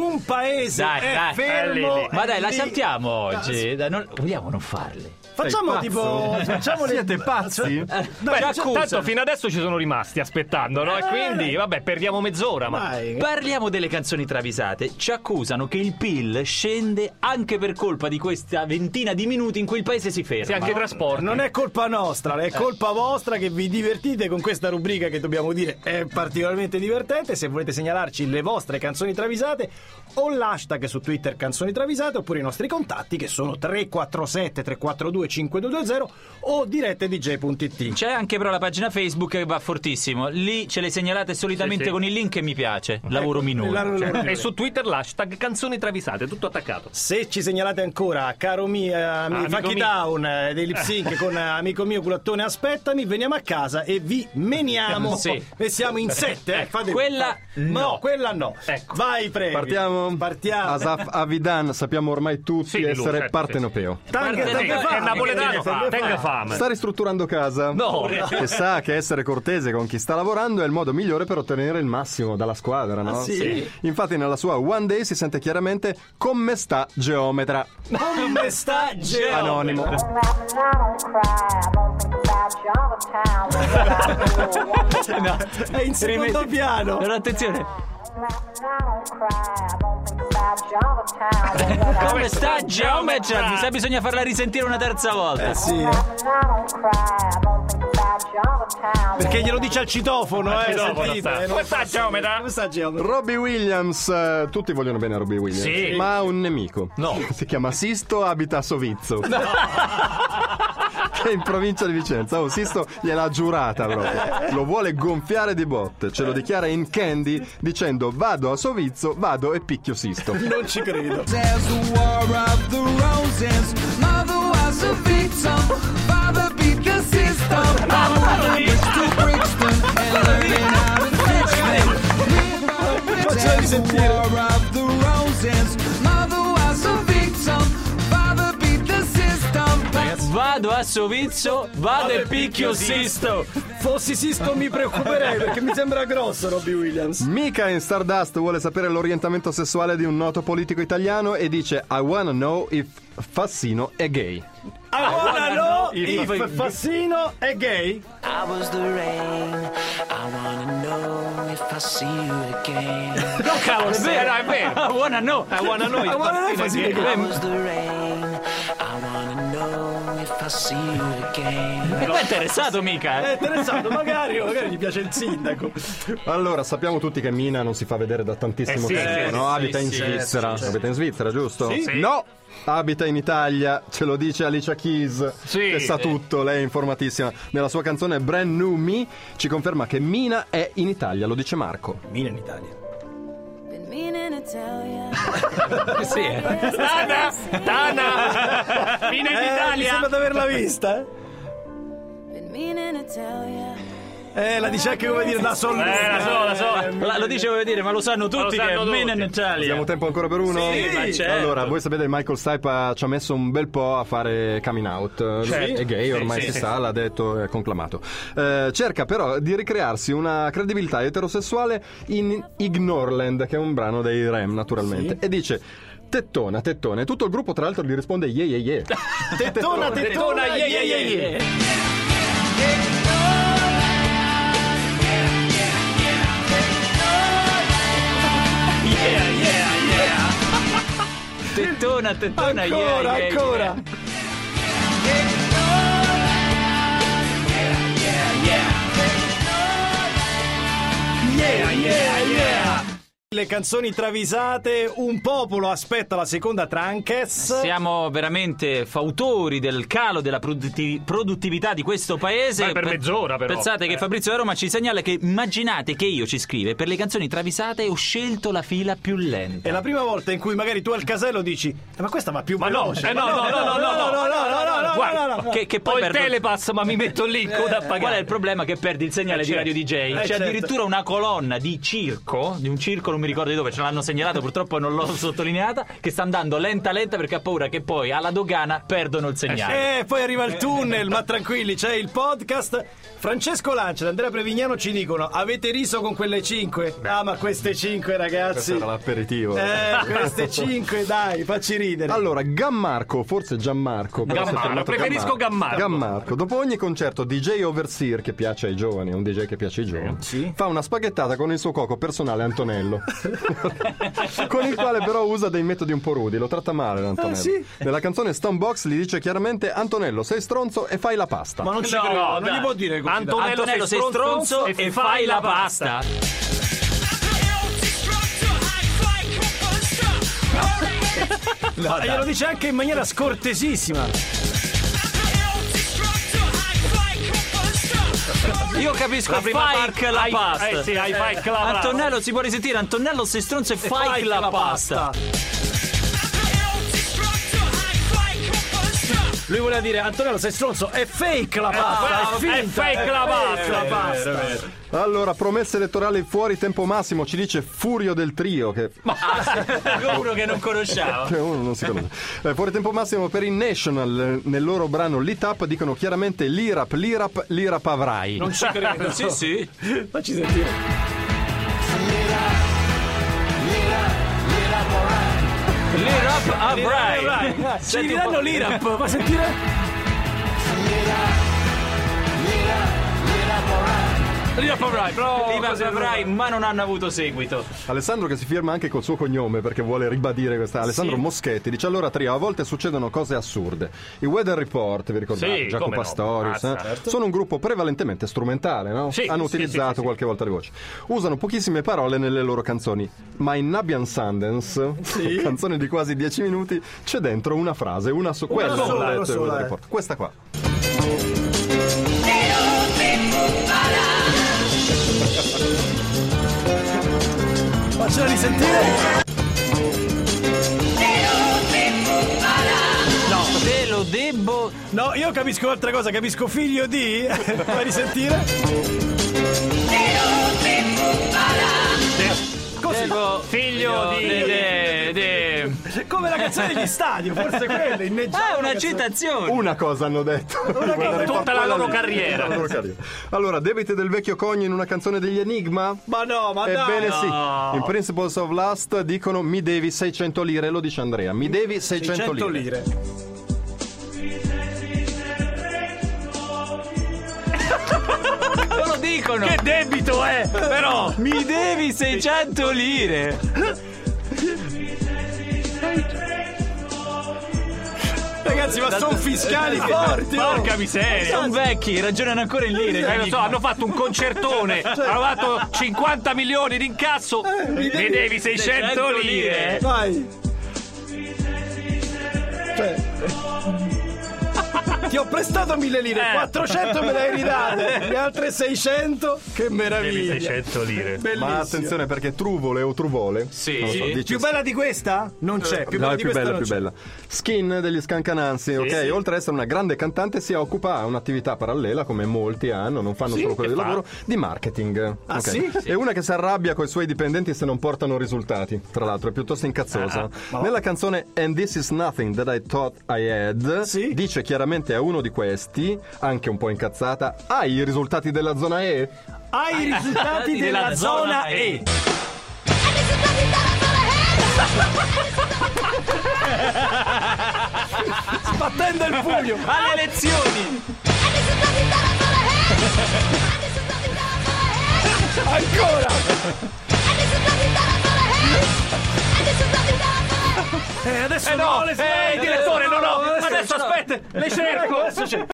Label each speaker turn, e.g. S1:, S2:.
S1: Un paese
S2: Dai,
S1: è
S2: dai,
S1: fermo.
S3: dai, lì, lì.
S2: Ma
S1: è
S2: dai, la
S1: lì.
S2: saltiamo oggi. Dai, non- vogliamo non farle.
S1: Facciamo
S3: Sei
S1: tipo. Facciamo le-
S3: Siete pazzi? Eh,
S2: Beh,
S3: Beh,
S2: accusa.
S3: tanto fino adesso ci sono rimasti aspettando, no? E
S1: Eh,
S3: quindi, vabbè, perdiamo mezz'ora, ma...
S1: Vai.
S2: Parliamo delle canzoni travisate. Ci accusano che il PIL scende anche per colpa di questa ventina di minuti in cui il paese si ferma.
S3: Se anche i trasporti.
S1: Non è colpa nostra,
S3: Eh.
S1: è colpa vostra che vi divertite con questa rubrica che dobbiamo dire è particolarmente divertente. Se volete segnalarci le vostre canzoni travisate o l'hashtag su Twitter canzoni travisate oppure i nostri contatti che sono 347 342 5220 o dirette dj.it.
S2: C'è anche però la pagina Facebook che va fortissimo. Lì ce le segnalate solitamente
S3: Sì, sì.
S2: con il link e mi piace. Lavoro minuto.
S1: la- la-
S3: E su Twitter l'hashtag canzoni travisate, tutto attaccato.
S1: Se ci segnalate ancora, caro mio,
S3: amico
S1: Funky
S3: mio.
S1: Down eh, dei Lipsync con eh, amico mio culattone, aspettami, veniamo a casa e vi meniamo.
S2: Sì.
S1: E siamo in sette, eh, fate-
S2: Quella
S1: no.
S2: no.
S1: quella no.
S3: Ecco.
S1: Vai, Previ.
S4: Partiamo?
S1: Partiamo.
S4: Asaf Avidan, sappiamo ormai tutti
S3: Sì, di lui,
S4: essere
S3: certo,
S4: partenopeo.
S1: Tanga,
S2: Guarda,
S1: tanga
S2: tenga-
S1: fame,
S3: È napoletano,
S1: tanga
S3: tenga fame.
S4: Sta ristrutturando casa.
S3: No.
S4: Che sa che essere cortese con chi sta lavorando è il modo migliore per ottenere il massimo dalla squadra, no?
S1: sì?
S4: Infatti nella sua One Day si sente chiaramente come sta geometra.
S1: Come sta Geo?
S4: Anonimo.
S2: Cioè, No.
S1: È in secondo
S2: Rimetti-
S1: piano.
S2: Allora, attenzione. Come
S5: Come
S2: sta
S3: geometra?
S2: Geometra? Mi sa bisogna farla risentire una terza volta.
S1: Sì, eh. perché glielo dice al citofono, eh.
S3: citofono
S1: sentite,
S3: sta.
S1: eh,
S3: Come sta Geometra?
S1: Come sta Geometra?
S4: Robbie Williams, eh, tutti vogliono bene a Robbie Williams,
S3: Sì.
S4: ma ha un nemico.
S3: No.
S4: Si chiama Sisto, abita a Sovizzo. Che è in provincia di Vicenza. Oh, Sisto gliel'ha giurata proprio. Lo vuole gonfiare di botte, ce lo dichiara in candy dicendo vado a Sovizzo, vado e picchio Sisto.
S1: Non ci credo.
S6: There's a war of the roses. Mother was a victim. Father beat the system. I'm promised to Brixton and learning how to fix them. There's a war of the roses. Mother was a victim. Father beat the system.
S2: Vado a Sovizzo, vado e picchio Sisto.
S1: Fossi Sisto mi preoccuperei perché mi sembra grosso Robbie Williams.
S4: Mika in Stardust vuole sapere l'orientamento sessuale di un noto politico italiano e dice I wanna know if Fassino è gay.
S1: I wanna know
S2: if
S1: if Fassino è gay.
S7: I was the rain. I wanna know if I see you again.
S3: No, cavolo, è vero, è vero.
S2: Ah, buona no.
S3: I wanna know. I
S1: wanna know if I see
S7: I was the rain. I wanna know if I see you again.
S2: E poi è interessato mica.
S1: È
S2: eh.
S1: interessato, magari, magari gli piace il sindaco.
S4: Allora, sappiamo tutti che Mina non si fa vedere da tantissimo
S3: Eh sì,
S4: tempo,
S3: sì,
S4: no?
S3: sì,
S4: abita in
S2: sì,
S4: Svizzera. Abita in Svizzera, giusto?
S3: Sì.
S4: No! Abita in Italia, ce lo dice Alicia Keys,
S3: Sì.
S4: che sa tutto, lei è informatissima. Nella sua canzone Brand New Me ci conferma che Mina è in Italia, lo dice Marco.
S1: Mina in Italia.
S8: Been meaning to tell ya.
S2: Sì, eh.
S3: Tana, Tana, fine
S1: Eh, mi sembra
S3: d'Italia.
S1: di averla vista. eh.
S8: Been meaning to tell ya.
S1: Eh, la dice anche come dire la solluta.
S3: Eh, la so, la so.
S2: La- lo dicevo dire, ma lo sanno tutti
S3: lo
S2: che è
S3: sanno
S2: Made in
S3: tutti.
S2: Italia.
S4: Abbiamo tempo ancora per uno?
S2: Sì, ma certo.
S4: Allora, voi sapete che Michael Stipe ha- ci ha messo un bel po' a fare coming out. Lui È gay, ormai
S3: sì,
S4: si
S3: sì.
S4: sa, l'ha detto, è conclamato. Eh, cerca però di ricrearsi una credibilità eterosessuale in Ignorland, che è un brano dei Rem, naturalmente. E dice... Tettona, tettone. Tutto il gruppo, tra l'altro, gli risponde yeah, yeah, yeah.
S1: Tettona, tettona,
S3: Tettona,
S1: yeah, yeah, yeah, yeah.
S2: Tettona, tettona, yeah,
S1: Ancora,
S2: yeah, yeah.
S1: ancora. Yeah, yeah, yeah. Le canzoni travisate, un popolo aspetta la seconda Tranches.
S2: Siamo veramente fautori del calo della produtti- produttività di questo paese.
S3: Ma per mezz'ora, però.
S2: Pensate che
S3: Eh.
S2: Fabrizio da Roma ci segnala che immaginate che io ci scrive per le canzoni travisate ho scelto la fila più lenta.
S1: È la prima volta in cui magari tu al casello dici "Eh, Ma questa va più
S3: Ma no,
S1: veloce
S3: eh, no, no, no, no, no, no,
S1: no, no, no, no, no, no,
S3: guarda.
S1: no, no.
S2: Che, che poi
S3: Ho il
S2: perdo- Eh,
S3: telepass, ma mi metto lì in coda a pagare.
S2: Qual è il problema? Che perdi il segnale
S3: Eh,
S2: di
S3: certo.
S2: Radio DJ.
S1: Eh,
S2: C'è
S1: certo.
S2: addirittura una colonna di circo, di un circo, non mi ricordo di dove, ce l'hanno segnalato, purtroppo non l'ho sottolineata, che sta andando lenta lenta perché ha paura che poi alla dogana perdono il segnale.
S1: Eh, poi arriva il tunnel, ma tranquilli, c'è il podcast. Francesco Lancia ed Andrea Prevignano ci dicono: Avete riso con quelle 5? Ah, ma queste 5,
S4: Questo
S1: ragazzi.
S4: era l'aperitivo.
S1: Eh, queste 5, dai, facci ridere.
S4: Allora, Gammarco, forse Gianmarco. però si è
S3: Gammarco,
S4: chiamato
S3: preferisco Gammarco.
S4: Gammarco, dopo ogni concerto, DJ Overseer, che piace ai giovani, è un DJ che piace ai giovani,
S1: Sì.
S4: fa una spaghettata con il suo cuoco personale Antonello. con il quale però usa dei metodi un po' rudi, lo tratta male l'Antonello.
S1: Ah, sì?
S4: Nella canzone Stonebox gli dice chiaramente Antonello, sei stronzo e fai la pasta.
S1: ma non ci
S3: No,
S1: credo, non
S3: dai.
S1: gli può dire così.
S3: Antonello,
S1: dai.
S2: Antonello, sei
S3: sei
S2: stronzo,
S3: stronzo
S2: e fai la pasta.
S1: Ma glielo dice anche in maniera scortesissima.
S2: Io capisco,
S3: La prima
S2: fai
S3: parte-
S2: la
S3: hai-
S2: pasta.
S3: eh sì, hai fai la pasta.
S2: Antonello, si può risentire, Antonello, sei stronzo e fai
S1: Fai
S2: la, pasta.
S1: Lui voleva dire: Antonello, sei stronzo, è fake la pasta.
S3: è
S1: finta,
S3: fake la pasta.
S1: la pasta.
S4: Allora, promessa elettorale fuori tempo massimo, ci dice Furio del Trio, che
S2: Uno che non conosciamo.
S4: Cioè, uno non si conosce. Eh, fuori tempo massimo per i National, eh, nel loro brano Lit Up dicono chiaramente l'IRAP, l'IRAP, l'IRAP avrai.
S1: Non ci credo.
S2: Sì, sì.
S1: Facci sentire.
S2: L'Irap avrai.
S1: Dai, Ci
S2: Senti un
S1: ridanno
S2: po'.
S1: l'IRAP, fa sentire.
S2: L'Irap avrai, però. L'Irap avrai, ma non hanno avuto seguito.
S4: Alessandro che si firma anche col suo cognome perché vuole ribadire questa. Alessandro Moschetti dice allora Trio, a volte succedono cose assurde. I Weather Report, vi ricordate?
S3: Sì,
S4: Giacomo
S3: come no,
S4: Pastorius,
S3: mazza,
S4: eh?
S1: Certo.
S4: sono un gruppo prevalentemente strumentale, no?
S3: Sì,
S4: Hanno
S3: sì,
S4: utilizzato
S3: sì, sì, sì.
S4: qualche volta le voci. Usano pochissime parole nelle loro canzoni, ma in Nabian Sundance, canzone di quasi 10 minuti, c'è dentro una frase, una, so- quella
S1: sola,
S4: ho
S1: una
S4: letto,
S1: sola,
S4: Weather
S1: eh.
S4: Report. Questa qua.
S1: Faccela risentire.
S2: No, te lo debbo.
S1: No, io capisco un'altra cosa, capisco figlio di. Vuoi risentire? Così.
S2: Devo
S3: Figlio di-
S2: de- de-
S1: Cioè, Come la canzone degli stadio, forse quella inneggiata.
S2: Ah, è una citazione.
S4: Una cosa hanno detto. Guarda,
S3: Tutta la loro carriera.
S4: la loro carriera. Allora, debite del vecchio cogno in una canzone degli Enigma?
S1: Ma no, ma dai.
S4: Ebbene sì, in Principles of Lust dicono mi devi 600 lire, lo dice Andrea, mi devi 600,
S1: 100
S4: lire.
S1: lire.
S2: Non lo dicono.
S3: Che debito è, però.
S2: Mi devi 600 lire.
S1: Ragazzi, ma sono
S4: Eh,
S1: fiscali forti. oh.
S3: Porca miseria.
S2: Sono vecchi, ragionano ancora in lire.
S3: Eh, lo so, hanno fatto un concertone, hanno fatto 50 milioni di incasso,
S1: mi devi-
S3: vedevi 600 lire. Eh,
S1: Vai. Cioè. Ti ho prestato 1000 lire,
S3: Eh.
S1: 400 me le hai ridate, le altre 600. Che meraviglia.
S3: Devi 600 lire.
S1: Bellissimo.
S4: Ma attenzione perché truvole o truvole?
S2: Sì.
S4: non lo so,
S2: Sì.
S4: dici-
S1: Più bella di questa? Non c'è. Più
S4: No,
S1: bella
S4: è
S1: di
S4: più
S1: questa
S4: bella,
S1: non
S4: più
S1: c'è.
S4: bella. Skin degli Scancananzi, ok? Oltre ad essere una grande cantante, si occupa a un'attività parallela, come molti hanno, non fanno solo quello
S3: che
S4: del
S3: fa?
S4: lavoro, di marketing.
S1: Ah,
S4: ok?
S1: sì?
S4: È una che si arrabbia con i suoi dipendenti se non portano risultati. Tra l'altro, è piuttosto
S1: Ah,
S4: incazzosa. Nella canzone And This Is Nothing That I Thought I Had,
S1: Sì.
S4: dice chiaramente a uno di questi, anche un po' incazzata, hai i risultati della zona E?
S1: Hai i risultati
S2: della
S1: della
S2: zona
S1: zona E. Sbattendo il pugno.
S2: Alle
S3: Ah!
S2: elezioni.
S1: Ancora. E adesso
S3: Eh no,
S1: le
S3: eh, direttore, no, no, adesso aspetta, le cerco.